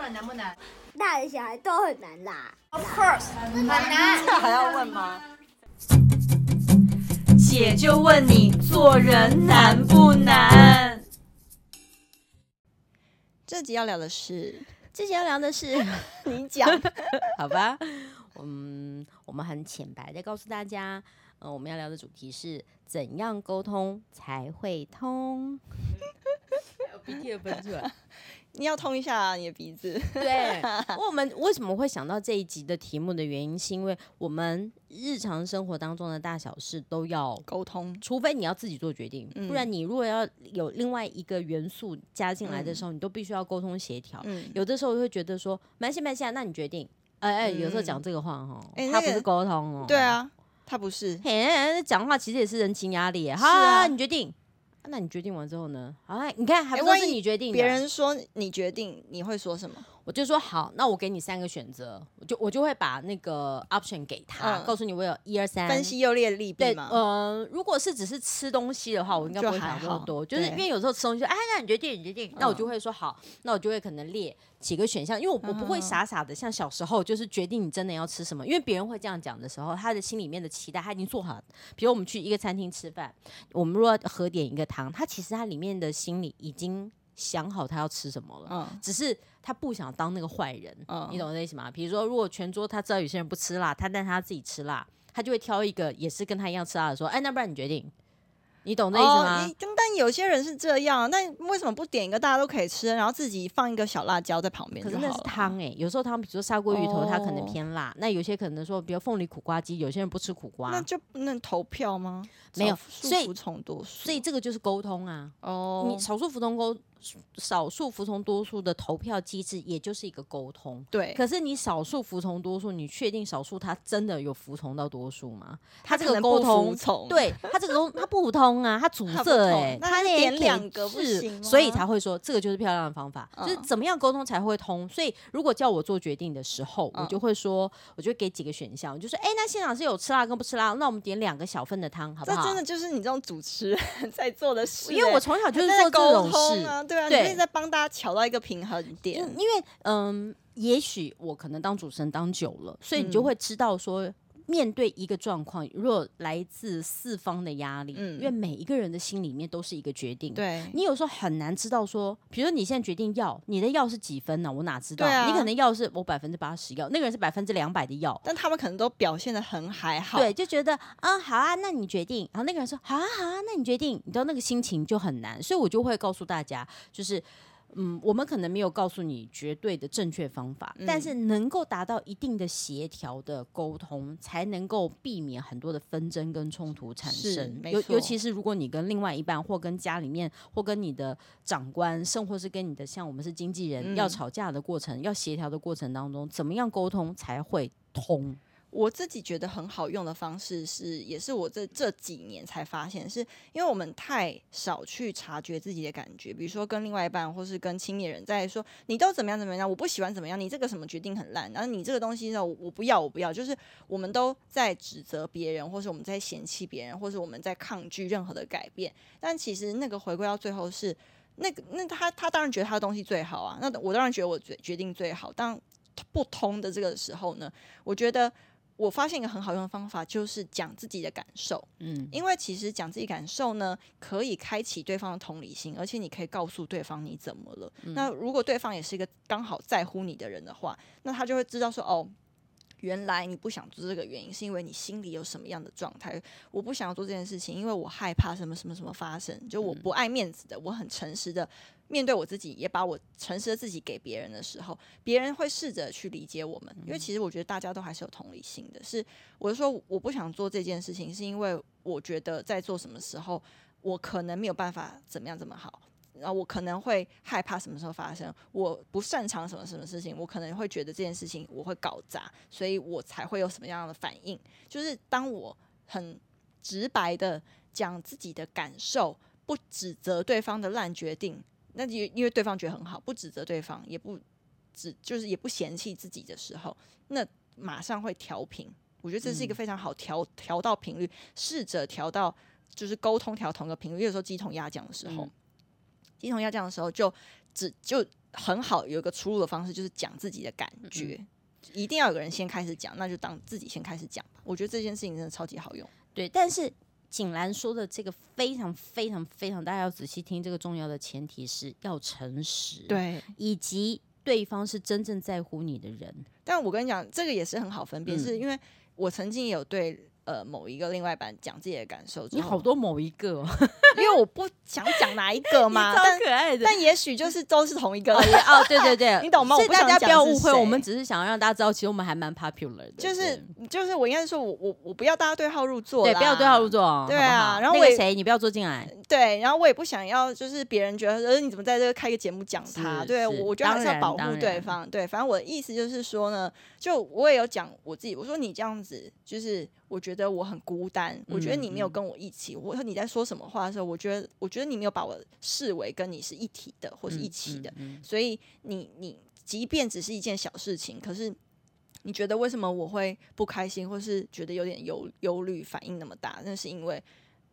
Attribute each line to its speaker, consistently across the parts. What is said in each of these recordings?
Speaker 1: 了，难不难
Speaker 2: 大人小孩都很难啦。
Speaker 1: ？Of course，很难。
Speaker 3: 这还要问吗？
Speaker 4: 姐就问你做人难不难？
Speaker 3: 这集要聊的是，
Speaker 5: 之前要聊的 是你讲，
Speaker 3: 好吧，嗯，我们很浅白的告诉大家，呃，我们要聊的主题是怎样沟通才会通。鼻涕又喷出来。
Speaker 5: 你要通一下、你的鼻子。
Speaker 3: 对，我们为什么会想到这一集的题目的原因，是因为我们日常生活当中的大小事都要
Speaker 5: 沟通，
Speaker 3: 除非你要自己做决定，
Speaker 5: 嗯
Speaker 3: 不然你如果要有另外一个元素加进来的时候，你都必须要沟通协调。
Speaker 5: 嗯，
Speaker 3: 有的时候会觉得说，蛮西蛮西啊，那你决定。哎、哎、有时候
Speaker 5: 嗯
Speaker 3: 讲这个话哦，
Speaker 5: 哎
Speaker 3: 他
Speaker 5: 那
Speaker 3: 不
Speaker 5: 个
Speaker 3: 是沟通哦、
Speaker 5: 对，啊，他不是，
Speaker 3: 嘿，那讲话其实也是人情压力耶。
Speaker 5: 是
Speaker 3: 好、
Speaker 5: 啊哎
Speaker 3: 你决定。啊那你决定完之后呢？好，你看还不都
Speaker 5: 万
Speaker 3: 是
Speaker 5: 一
Speaker 3: 你决定的
Speaker 5: 别人说你决定，你会说什么？
Speaker 3: 我就说好，那我给你三个选择，我就我就会把那个 option 给他，
Speaker 5: 嗯
Speaker 3: 告诉你我有一二三
Speaker 5: 分析优劣利弊
Speaker 3: 对，
Speaker 5: 嘛。
Speaker 3: 呃，如果是只是吃东西的话，我应该
Speaker 5: 就
Speaker 3: 不会
Speaker 5: 还
Speaker 3: 想这
Speaker 5: 好
Speaker 3: 么多，就是因
Speaker 5: 对
Speaker 3: 为有时候吃东西就，哎，那你决定，你决定，那我
Speaker 5: 嗯
Speaker 3: 就会说好，那我就会可能列几个选项，因为我我
Speaker 5: 嗯
Speaker 3: 不会傻傻的像小时候就是决定你真的要吃什么，因为别人会这样讲的时候，他的心里面的期待他已经做好了。比如我们去一个餐厅吃饭，我们如果要合点一个汤，他其实他里面的心里已经想好他要吃什么了。
Speaker 5: 嗯，
Speaker 3: 只是他不想当那个坏人，
Speaker 5: 嗯
Speaker 3: 你懂我的意思吗？比如说，如果全桌他知道有些人不吃辣，他但他自己吃辣，他就会挑一个也是跟他一样吃辣的说，哎，那不然你决定，你懂那意思吗？
Speaker 5: 哦，但但有些人是这样，啊那为什么不点一个大家都可以吃，然后自己放一个小辣椒在旁边
Speaker 3: 可
Speaker 5: 就是好
Speaker 3: 那
Speaker 5: 了？
Speaker 3: 是汤哎、有时候汤，比如说砂锅鱼头，它可能
Speaker 5: 哦
Speaker 3: 偏辣。那有些可能说，比如凤梨苦瓜鸡，有些人不吃苦
Speaker 5: 那
Speaker 3: 瓜，
Speaker 5: 就不能投票吗？
Speaker 3: 啊没有
Speaker 5: 少数
Speaker 3: 所以
Speaker 5: 服从多数，
Speaker 3: 所以这个就是沟通啊。
Speaker 5: 哦
Speaker 3: 你，少数服从沟，少数服从多数的投票机制，也就是一个沟通。
Speaker 5: 对，
Speaker 3: 可是你少数服从多数，你确定少数他真的有服从到多数吗？
Speaker 5: 他
Speaker 3: 这
Speaker 5: 可
Speaker 3: 个
Speaker 5: 能
Speaker 3: 沟
Speaker 5: 不
Speaker 3: 通
Speaker 5: 服，从，
Speaker 3: 对他这个沟他不通啊，他阻
Speaker 5: 他不
Speaker 3: 塞
Speaker 5: 通
Speaker 3: 哎、欸，
Speaker 5: 那
Speaker 3: 他
Speaker 5: 就
Speaker 3: 那
Speaker 5: 点
Speaker 3: 也
Speaker 5: 两
Speaker 3: 可
Speaker 5: 个不
Speaker 3: 是
Speaker 5: 行吗
Speaker 3: 所以才会说这个就是漂亮的方法，就是
Speaker 5: 嗯
Speaker 3: 怎么样沟通才会通。所以如果叫我做决定的时候，我
Speaker 5: 嗯
Speaker 3: 就会说，我就会给几个选项，我就说，哎、那现场是有吃辣跟不吃辣，那我们点两个小份的汤好不
Speaker 5: 这
Speaker 3: 好？
Speaker 5: 真的就是你这种主持人 在做的事欸、
Speaker 3: 因为我从小就是
Speaker 5: 在
Speaker 3: 做这
Speaker 5: 沟
Speaker 3: 种事
Speaker 5: 通，啊，对啊，
Speaker 3: 对
Speaker 5: 你就是在帮大家调到一个平衡点
Speaker 3: 嗯，因为嗯，也许我可能当主持人当久了，所以你就
Speaker 5: 嗯
Speaker 3: 会知道说。面对一个状况，如果来自四方的压力，
Speaker 5: 嗯
Speaker 3: 因为每一个人的心里面都是一个决定，
Speaker 5: 对，
Speaker 3: 你有时候很难知道说，比如说你现在决定要你的要是几分呢、我哪知道？
Speaker 5: 对啊
Speaker 3: 你可能要是我百分之八十要，那个人是百分之两百的要。
Speaker 5: 但他们可能都表现的很还好，
Speaker 3: 对，就觉得啊，好啊，那你决定。然后那个人说，好啊，好啊，那你决定。你知道那个心情就很难，所以我就会告诉大家，就是，嗯，我们可能没有告诉你绝对的正确方法，但
Speaker 5: 嗯
Speaker 3: 是能够达到一定的协调的沟通，才能够避免很多的纷争跟冲突产
Speaker 5: 是
Speaker 3: 生。
Speaker 5: 没
Speaker 3: 尤
Speaker 5: 错
Speaker 3: 尤其是如果你跟另外一半，或跟家里面，或跟你的长官，甚或是跟你的像我们是经纪人，要
Speaker 5: 嗯
Speaker 3: 吵架的过程，要协调的过程当中，怎么样沟通才会通？
Speaker 5: 我自己觉得很好用的方式是，也是我这这几年才发现，是因为我们太少去察觉自己的感觉，比如说跟另外一半或是跟亲密人在说，你都怎么样怎么样，我不喜欢怎么样，你这个什么决定很烂，然后你这个东西呢，我我不要，我不要，就是我们都在指责别人，或是我们在嫌弃别人，或是我们在抗拒任何的改变，但其实那个回归到最后是。那个，那他他当然觉得他的东西最好啊，那我当然觉得我决决定最好。当不通的这个时候呢，我觉得我发现一个很好用的方法，就是讲自己的感受，
Speaker 3: 嗯，
Speaker 5: 因为其实讲自己感受呢，可以开启对方的同理心，而且你可以告诉对方你怎么了。那如果对方也是一个刚好在乎你的人的话，那他就会知道说，哦，原来你不想做这个原因是因为你心里有什么样的状态。我不想要做这件事情，因为我害怕什么什么什么发生。就我不爱面子的，我很诚实的面对我自己，也把我诚实的自己给别人的时候，别人会试着去理解我们。因为其实我觉得大家都还是有同理心的。是我是说我不想做这件事情，是因为我觉得在做什么时候，我可能没有办法怎么样怎么好。然后我可能会害怕什么时候发生，我不擅长什么什么事情，我可能会觉得这件事情我会搞砸，所以我才会有什么样的反应。就是当我很直白的讲自己的感受，不指责对方的烂决定，那就因为对方觉得很好，不指责对方，也不指就是也不嫌弃自己的时候，那马上会调频。我觉得这是一个非常好调调到频率，试着调到就是沟通调同一个频率。有时候鸡同鸭讲的时候，
Speaker 3: 嗯
Speaker 5: 鸡同鸭讲的时候就只就很好有一个出入的方式，就是讲自己的感觉。一定要有个人先开始讲，那就当自己先开始讲吧。我觉得这件事情真的超级好用。
Speaker 3: 对，但是景兰说的这个非常非常非常，大家要仔细听。这个重要的前提是要诚实，，
Speaker 5: 对，
Speaker 3: 以及对方是真正在乎你的人。
Speaker 5: 但我跟你讲，这个也是很好分辨，
Speaker 3: 嗯
Speaker 5: 是因为我曾经也有对呃某一个另外一半讲自己的感受之后，
Speaker 3: 你好多某一个、哦，
Speaker 5: 因为我不想讲哪一 个 嘛，但
Speaker 3: 可爱的
Speaker 5: 但也许就是都是同一个
Speaker 3: 哦，，也哦，对对 对，
Speaker 5: 你懂吗
Speaker 3: 所以
Speaker 5: 我不想
Speaker 3: 大家不要
Speaker 5: 讲是
Speaker 3: 误会，
Speaker 5: 谁
Speaker 3: 我们只是想要让大家知道，其实我们还蛮 popular 的，
Speaker 5: 就是就是我应该是说我我我不要大家对号入座，
Speaker 3: 对，对不要对号入。座哦，
Speaker 5: 对
Speaker 3: 好不
Speaker 5: 啊
Speaker 3: 好
Speaker 5: 然后
Speaker 3: 那
Speaker 5: 我
Speaker 3: 个
Speaker 5: 也
Speaker 3: 谁，你不要坐进来，
Speaker 5: 对，然后我也不想要，就是别人觉得，呃，你怎么在这个开个节目讲他？
Speaker 3: 是
Speaker 5: 对
Speaker 3: 是
Speaker 5: 我，我觉得还是
Speaker 3: 当
Speaker 5: 要
Speaker 3: 然
Speaker 5: 保护
Speaker 3: 当
Speaker 5: 对
Speaker 3: 然
Speaker 5: 方。对，反正我的意思就是说呢，就我也有讲我自己，我说你这样子，就是我觉得我很孤单，我觉得你没有
Speaker 3: 嗯
Speaker 5: 跟我一起。我说你在说什么话的时候，我觉得，我觉得你没有把我视为跟你是一体的，或是一起的。
Speaker 3: 嗯，嗯嗯
Speaker 5: 所以你你即便只是一件小事情，可是你觉得为什么我会不开心，或是觉得有点忧忧虑，反应那么大？那是因为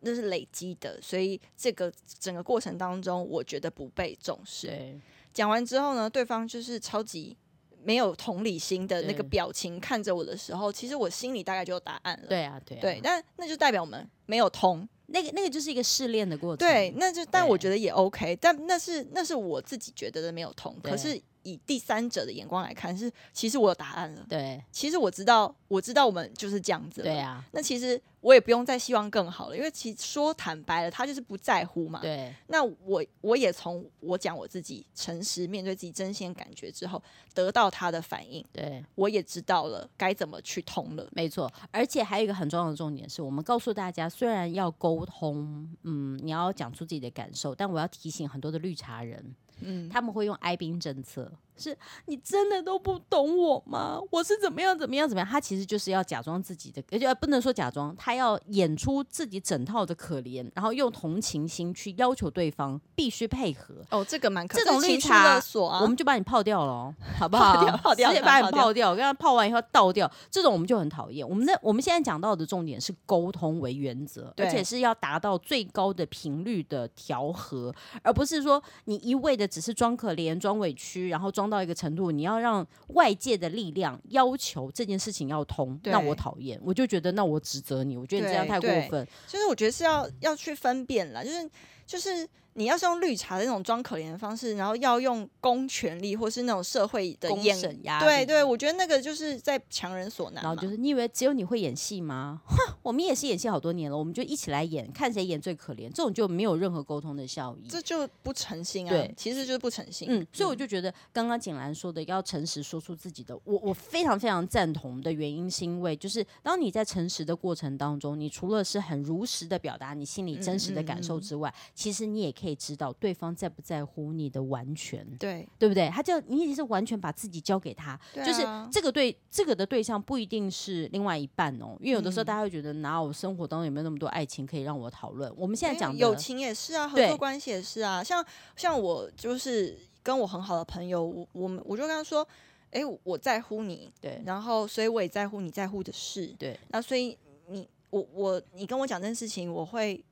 Speaker 5: 那是累积的，所以这个整个过程当中，我觉得不被重视。
Speaker 3: 对，
Speaker 5: 讲完之后呢，对方就是超级。没有同理心的那个
Speaker 3: 对
Speaker 5: 表情看着我的时候，其实我心里大概就有答案了。
Speaker 3: 对啊，对啊，
Speaker 5: 对，但那就代表我们没有通，
Speaker 3: 那个那个就是一个试炼的过程，
Speaker 5: 对，那就但
Speaker 3: 对
Speaker 5: 我觉得也 OK，但那是那是我自己觉得的没有通，可
Speaker 3: 对
Speaker 5: 是以第三者的眼光来看，是其实我有答案了，
Speaker 3: 对
Speaker 5: 其实我知道我知道我们就是这样子，
Speaker 3: 对。啊，
Speaker 5: 那其实我也不用再希望更好了，因为其实说坦白了，他就是不在乎嘛。
Speaker 3: 对，
Speaker 5: 那我我也从我讲我自己诚实面对自己真心的感觉之后，得到他的反应，
Speaker 3: 对，
Speaker 5: 我也知道了该怎么去通了。
Speaker 3: 没错。而且还有一个很重要的重点是，我们告诉大家，虽然要沟通，嗯，你要讲出自己的感受，但我要提醒很多的绿茶人，
Speaker 5: 嗯，
Speaker 3: 他们会用哀兵政策，是你真的都不懂我吗？我是怎么样怎么样怎么样？他其实就是要假装自己的，而且不能说假装，他要演出自己整套的可怜，然后用同情心去要求对方必须配合。
Speaker 5: 哦，这个蛮可
Speaker 3: 这种
Speaker 5: 是情
Speaker 3: 绿
Speaker 5: 绪
Speaker 3: 茶
Speaker 5: 勒索啊，
Speaker 3: 我们就把你泡掉了 哦，好不
Speaker 5: 泡
Speaker 3: 好？
Speaker 5: 掉泡掉
Speaker 3: 直接把你
Speaker 5: 泡掉
Speaker 3: 泡掉，跟他泡完以后倒掉，这种我们就很讨厌。我们的我们现在讲到的重点是沟通为原则，
Speaker 5: 对
Speaker 3: 而且是要达到最高的频率的调和，而不是说你一味的只是装可怜、装委屈，然后装到一个程度，你要让外界的力量要求这件事情要通，
Speaker 5: 对
Speaker 3: 那我讨厌，我就觉得那我指责你，我觉得你这样
Speaker 5: 对
Speaker 3: 太过
Speaker 5: 对
Speaker 3: 分，
Speaker 5: 就是我觉得是要要去分辨啦，就是就是你要是用绿茶的那种装可怜的方式，然后要用公权力或是那种社会的
Speaker 3: 公
Speaker 5: 眼，
Speaker 3: 审压
Speaker 5: 对
Speaker 3: 力
Speaker 5: 对，我觉得那个就是在强人所难
Speaker 3: 然后
Speaker 5: 嘛。
Speaker 3: 就是你以为只有你会演戏吗？ 哼，我们也是演戏好多年了，我们就一起来演，看谁演最可怜，这种就没有任何沟通的效益。
Speaker 5: 这就不诚心啊，
Speaker 3: 对
Speaker 5: 其实就是不诚心。
Speaker 3: 嗯，所以我就觉得刚刚景兰说的要诚实说出自己的，我我非常非常赞同的原因，是因为就是当你在诚实的过程当中，你除了是很如实的表达你心里真实的感
Speaker 5: 嗯
Speaker 3: 受之外，其实你也可以知道对方在不在乎你的完全，
Speaker 5: 对，
Speaker 3: 对不对？他就你已经是完全把自己交给他，
Speaker 5: 对
Speaker 3: 就是
Speaker 5: 啊
Speaker 3: 这个对这个的对象不一定是另外一半哦，因为有的时候
Speaker 5: 嗯
Speaker 3: 大家会觉得，哪有生活当中有没有那么多爱情可以让我讨论？我们现在
Speaker 5: 没有
Speaker 3: 讲的
Speaker 5: 友情也是啊，合
Speaker 3: 对
Speaker 5: 作关系也是啊，像像我就是跟我很好的朋友，我我们我就跟他说，哎、我在乎你，
Speaker 3: 对
Speaker 5: 然后所以我也在乎你在乎的事，
Speaker 3: 对
Speaker 5: 那所以你我我你跟我讲这件事情，我会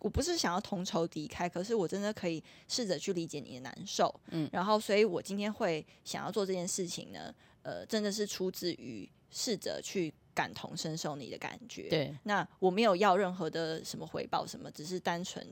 Speaker 5: 我不是想要同仇敌忾，可是我真的可以试着去理解你的难受，
Speaker 3: 嗯
Speaker 5: 然后所以我今天会想要做这件事情呢，呃，真的是出自于试着去感同身受你的感觉，。
Speaker 3: 对
Speaker 5: 那我没有要任何的什么回报，什么，只是单纯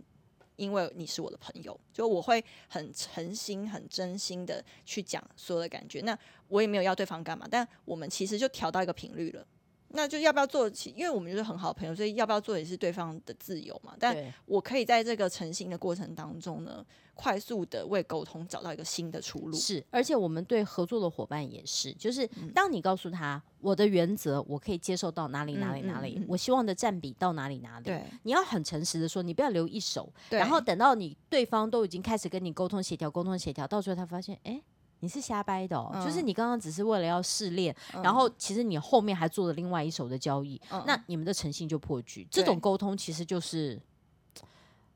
Speaker 5: 因为你是我的朋友，就我会很诚心、很真心的去讲所有的感觉。那我也没有要对方干嘛，但我们其实就调到一个频率了。那就要不要做？其因为我们就是很好的朋友，所以要不要做也是对方的自由嘛。但
Speaker 3: 对
Speaker 5: 我可以在这个诚心的过程当中呢，快速的为沟通找到一个新的出路。
Speaker 3: 是，而且我们对合作的伙伴也是，就是
Speaker 5: 嗯
Speaker 3: 当你告诉他我的原则，我可以接受到哪里哪里
Speaker 5: 嗯
Speaker 3: 哪里，
Speaker 5: 嗯嗯
Speaker 3: 我希望的占比到哪里哪里，
Speaker 5: 对
Speaker 3: 你要很诚实的说，你不要留一手，
Speaker 5: 对
Speaker 3: 然后等到你对方都已经开始跟你沟通协调、沟通协调，到时候他发现，哎。你是瞎掰的、哦，就是
Speaker 5: 嗯
Speaker 3: 你刚刚只是为了要试炼，
Speaker 5: 嗯
Speaker 3: 然后其实你后面还做了另外一手的交易，
Speaker 5: 嗯
Speaker 3: 那你们的诚信就破局。这种
Speaker 5: 对
Speaker 3: 沟通其实就是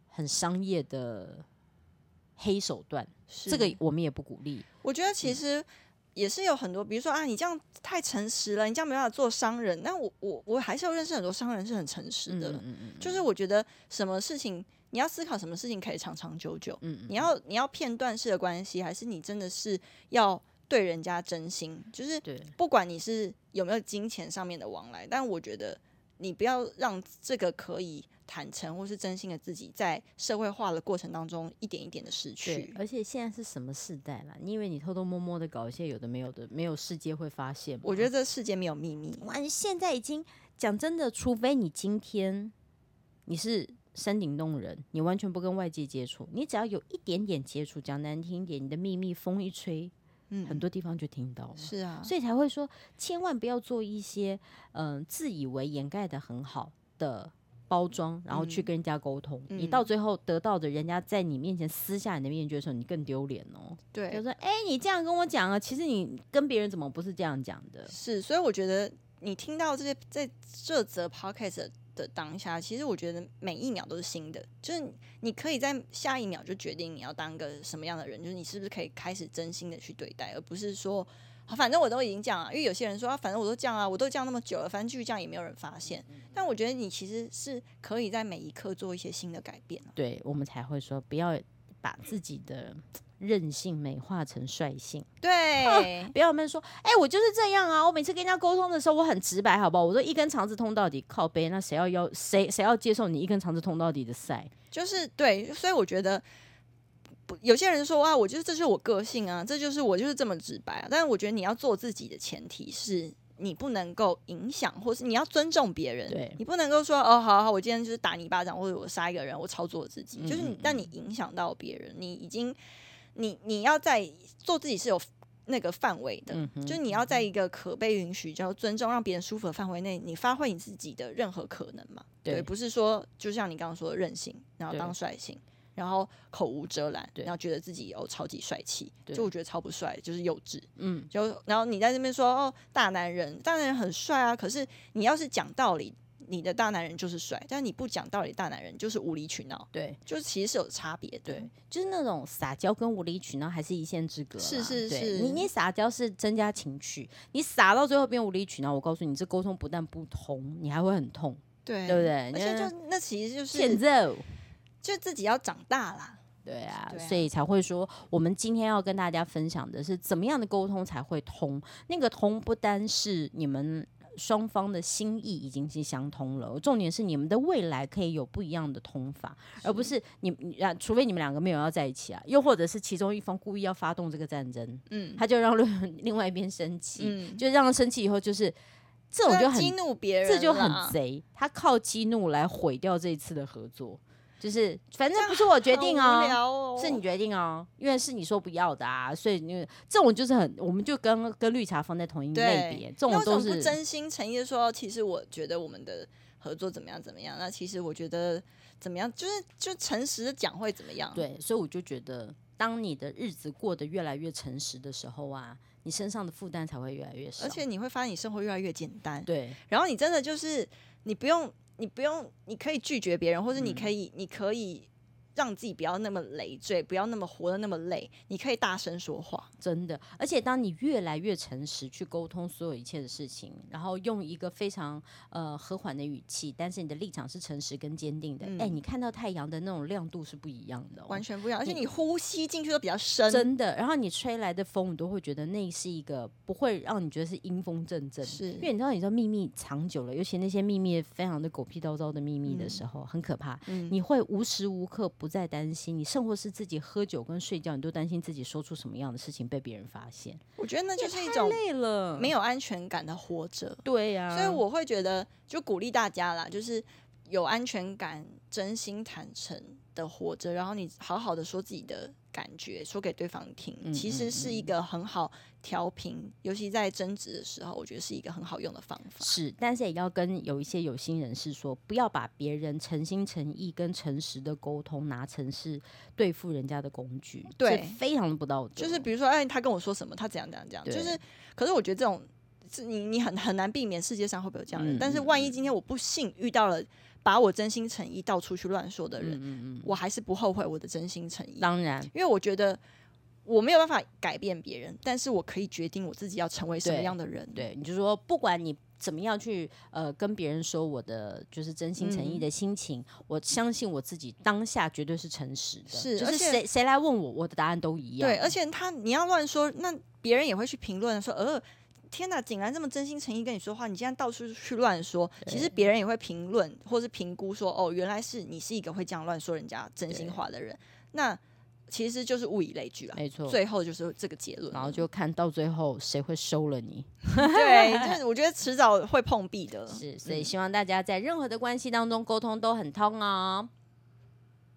Speaker 3: 很商业的黑手段，这
Speaker 5: 是
Speaker 3: 个我们也不鼓励。嗯
Speaker 5: 我觉得其实。也是有很多，比如说啊，你这样太诚实了，你这样没办法做商人。那我我我还是有认识很多商人是很诚实的，
Speaker 3: 嗯嗯
Speaker 5: 就是我觉得什么事情你要思考什么事情可以长长久久，
Speaker 3: 嗯
Speaker 5: 你要你要片段式的关系，还是你真的是要对人家真心？就是
Speaker 3: 对
Speaker 5: 不管你是有没有金钱上面的往来，但我觉得你不要让这个可以坦诚或是真心的自己，在社会化的过程当中一点一点的失
Speaker 3: 对
Speaker 5: 去，。
Speaker 3: 而且现在是什么时代啦？你以为你偷偷摸摸的搞一些有的没有的，没有世界会发现吗？
Speaker 5: 我觉得这世界没有秘密，
Speaker 3: 完，现在已经讲真的，除非你今天你是山顶洞人，你完全不跟外界接触，你只要有一点点接触，讲难听一点，你的秘密风一吹，
Speaker 5: 嗯，
Speaker 3: 很多地方就听到了。
Speaker 5: 是啊，
Speaker 3: 所以才会说，千万不要做一些嗯、呃自以为掩盖的很好的包装，然后去
Speaker 5: 嗯
Speaker 3: 跟人家沟通，你
Speaker 5: 嗯
Speaker 3: 到最后得到的人家在你面前撕下你的面具的时候，你更丢脸哦。
Speaker 5: 对，
Speaker 3: 就说，哎、你这样跟我讲啊，其实你跟别人怎么不是这样讲的？
Speaker 5: 是，所以我觉得你听到这些在这则 podcast 的的当下，其实我觉得每一秒都是新的，就是你可以在下一秒就决定你要当个什么样的人，就是你是不是可以开始真心的去对待，而不是说。啊反正我都已经这样了、因为有些人说啊，反正我都这样啊，我都这样那么久了，反正继续这样也没有人发现。但我觉得你其实是可以在每一刻做一些新的改变、啊、
Speaker 3: 对我们才会说，不要把自己的任性美化成率性。
Speaker 5: 对，
Speaker 3: 不要们说，哎、我就是这样啊！我每次跟人家沟通的时候，我很直白，好不好？我说一根肠子通到底，靠背，那谁要要谁谁要接受你一根肠子通到底的赛？
Speaker 5: 就是对，所以我觉得不有些人说啊，我就是这就是我个性啊，这就是我就是这么直白啊。但是我觉得你要做自己的前提是你不能够影响，或是你要尊重别人。
Speaker 3: 对
Speaker 5: 你不能够说哦，好好，我今天就是打你一巴掌，或者我杀一个人，我操作我自己，就是
Speaker 3: 嗯嗯
Speaker 5: 你
Speaker 3: 嗯，
Speaker 5: 但你影响到别人，你已经你你要在做自己是有。那个范围的，
Speaker 3: 嗯哼
Speaker 5: 就是你要在一个可被允许、叫尊重、让别人舒服的范围内，你发挥你自己的任何可能嘛。对，不是说就像你刚刚说的任性，然后
Speaker 3: 对
Speaker 5: 当率性，然后口无遮拦，
Speaker 3: 对
Speaker 5: 然后觉得自己哦超级帅气，
Speaker 3: 对
Speaker 5: 就我觉得超不帅，就是幼稚。
Speaker 3: 嗯，
Speaker 5: 就然后你在那边说哦大男人，大男人很帅啊，可是你要是讲道理，你的大男人就是帅，但你不讲道理，大男人就是无理取闹，
Speaker 3: 对
Speaker 5: 就是其实是有差别的。
Speaker 3: 对，就是那种撒娇跟无理取闹还是一线之隔啦。
Speaker 5: 是是
Speaker 3: 对
Speaker 5: 是
Speaker 3: 你你撒娇是增加情趣，你撒到最后变无理取闹，我告诉你，这沟通不但不通，你还会很痛，
Speaker 5: 对
Speaker 3: 对不对
Speaker 5: 而且
Speaker 3: 那
Speaker 5: 就那其实就
Speaker 3: 欠
Speaker 5: 是
Speaker 3: 揍。
Speaker 5: 就自己要长大啦。
Speaker 3: 对啊，
Speaker 5: 对啊
Speaker 3: 所以才会说，我们今天要跟大家分享的是怎么样的沟通才会通。那个通不单是你们双方的心意已经是相通了，重点是你们的未来可以有不一样的通法，而不是你你啊，除非你们两个没有要在一起啊，又或者是其中一方故意要发动这个战争，
Speaker 5: 嗯
Speaker 3: 他就让另另外一 边生气，
Speaker 5: 嗯，
Speaker 3: 就让他生气以后就是这种
Speaker 5: 对啊
Speaker 3: 就很
Speaker 5: 激怒别人啦，
Speaker 3: 这就很贼，他靠激怒来毁掉这一次的合作。就是反正不是我决定
Speaker 5: 好
Speaker 3: 哦
Speaker 5: 无，聊哦，
Speaker 3: 是你决定哦，因为是你说不要的啊，所以你这种就是很，我们就跟跟绿茶放在同一类别，这
Speaker 5: 那为
Speaker 3: 种
Speaker 5: 什
Speaker 3: 都
Speaker 5: 么不
Speaker 3: 是
Speaker 5: 真心诚意的说，其实我觉得我们的合作怎么样怎么样？那其实我觉得怎么样，就是就诚实的讲会怎么样？，
Speaker 3: 对，所以我就觉得，当你的日子过得越来越诚实的时候啊，你身上的负担才会越来越少，
Speaker 5: 而且你会发现你生活越来越简单，
Speaker 3: 啊对
Speaker 5: 然后你真的就是你不用你不用，你可以拒绝别人，或者你
Speaker 3: 嗯
Speaker 5: 可以、你可以。让自己不要那么累赘，不要那么活得那么累。你可以大声说话，
Speaker 3: 真的，而且当你越来越诚实去沟通所有一切的事情，然后用一个非常呃和缓的语气，但是你的立场是诚实跟坚定的，哎、
Speaker 5: 嗯
Speaker 3: 你看到太阳的那种亮度是不一样的、哦，
Speaker 5: 完全不一样。而且
Speaker 3: 你
Speaker 5: 你呼吸进去都比较深，
Speaker 3: 真的。然后你吹来的风，你都会觉得那是一个不会让你觉得是阴风阵阵，
Speaker 5: 是
Speaker 3: 因为你知道，你知道秘密藏久了，尤其那些秘密非常的狗屁叨叨的秘密的时候，很可怕。
Speaker 5: 嗯
Speaker 3: 你会无时无刻不再担心，你甚或是自己喝酒跟睡觉，你都担心自己说出什么样的事情被别人发现，
Speaker 5: 我觉得那就是一种
Speaker 3: 累了，
Speaker 5: 没有安全感的活着。
Speaker 3: 对呀、
Speaker 5: 所以我会觉得，就鼓励大家啦，就是有安全感、真心坦诚的活着，然后你好好的说自己的感觉，说给对方听，
Speaker 3: 嗯
Speaker 5: 其实是一个很好调频，尤其在争执的时候，我觉得是一个很好用的方法。
Speaker 3: 是，但是也要跟有一些有心人士说，不要把别人诚心诚意跟诚实的沟通拿成是对付人家的工具，这
Speaker 5: 对
Speaker 3: 非常的不道德。
Speaker 5: 就是比如说，哎，他跟我说什么，他怎样怎样怎样，
Speaker 3: 对
Speaker 5: 就是，可是我觉得这种，是你你很很难避免世界上会不会有这样的人，
Speaker 3: 嗯
Speaker 5: 但是
Speaker 3: 嗯
Speaker 5: 万一今天我不幸遇到了把我真心诚意到处去乱说的人，
Speaker 3: 嗯嗯嗯，
Speaker 5: 我还是不后悔我的真心诚意。
Speaker 3: 当然，
Speaker 5: 因为我觉得我没有办法改变别人，但是我可以决定我自己要成为什么
Speaker 3: 对
Speaker 5: 样的人。
Speaker 3: 对，你就说不管你怎么样去呃跟别人说我的就是真心诚意
Speaker 5: 嗯
Speaker 3: 的心情，我相信我自己当下绝对是诚实的。
Speaker 5: 是
Speaker 3: 就
Speaker 5: 而
Speaker 3: 是
Speaker 5: 且
Speaker 3: 谁谁来问我，我的答案都一样。
Speaker 5: 对，而且他你要乱说，那别人也会去评论说，呃，天哪，井然这么真心诚意跟你说话，你竟然到处去乱说。其实别人也会评论或是评估说，哦，原来是你是一个会这样乱说人家真心话的人。那其实就是物以类聚啦，
Speaker 3: 没错。
Speaker 5: 最后就是这个结论了。
Speaker 3: 然后就看到最后谁会收了你。
Speaker 5: 对，就是我觉得迟早会碰壁的。嗯
Speaker 3: 是，所以希望大家在任何的关系当中沟通都很通哦。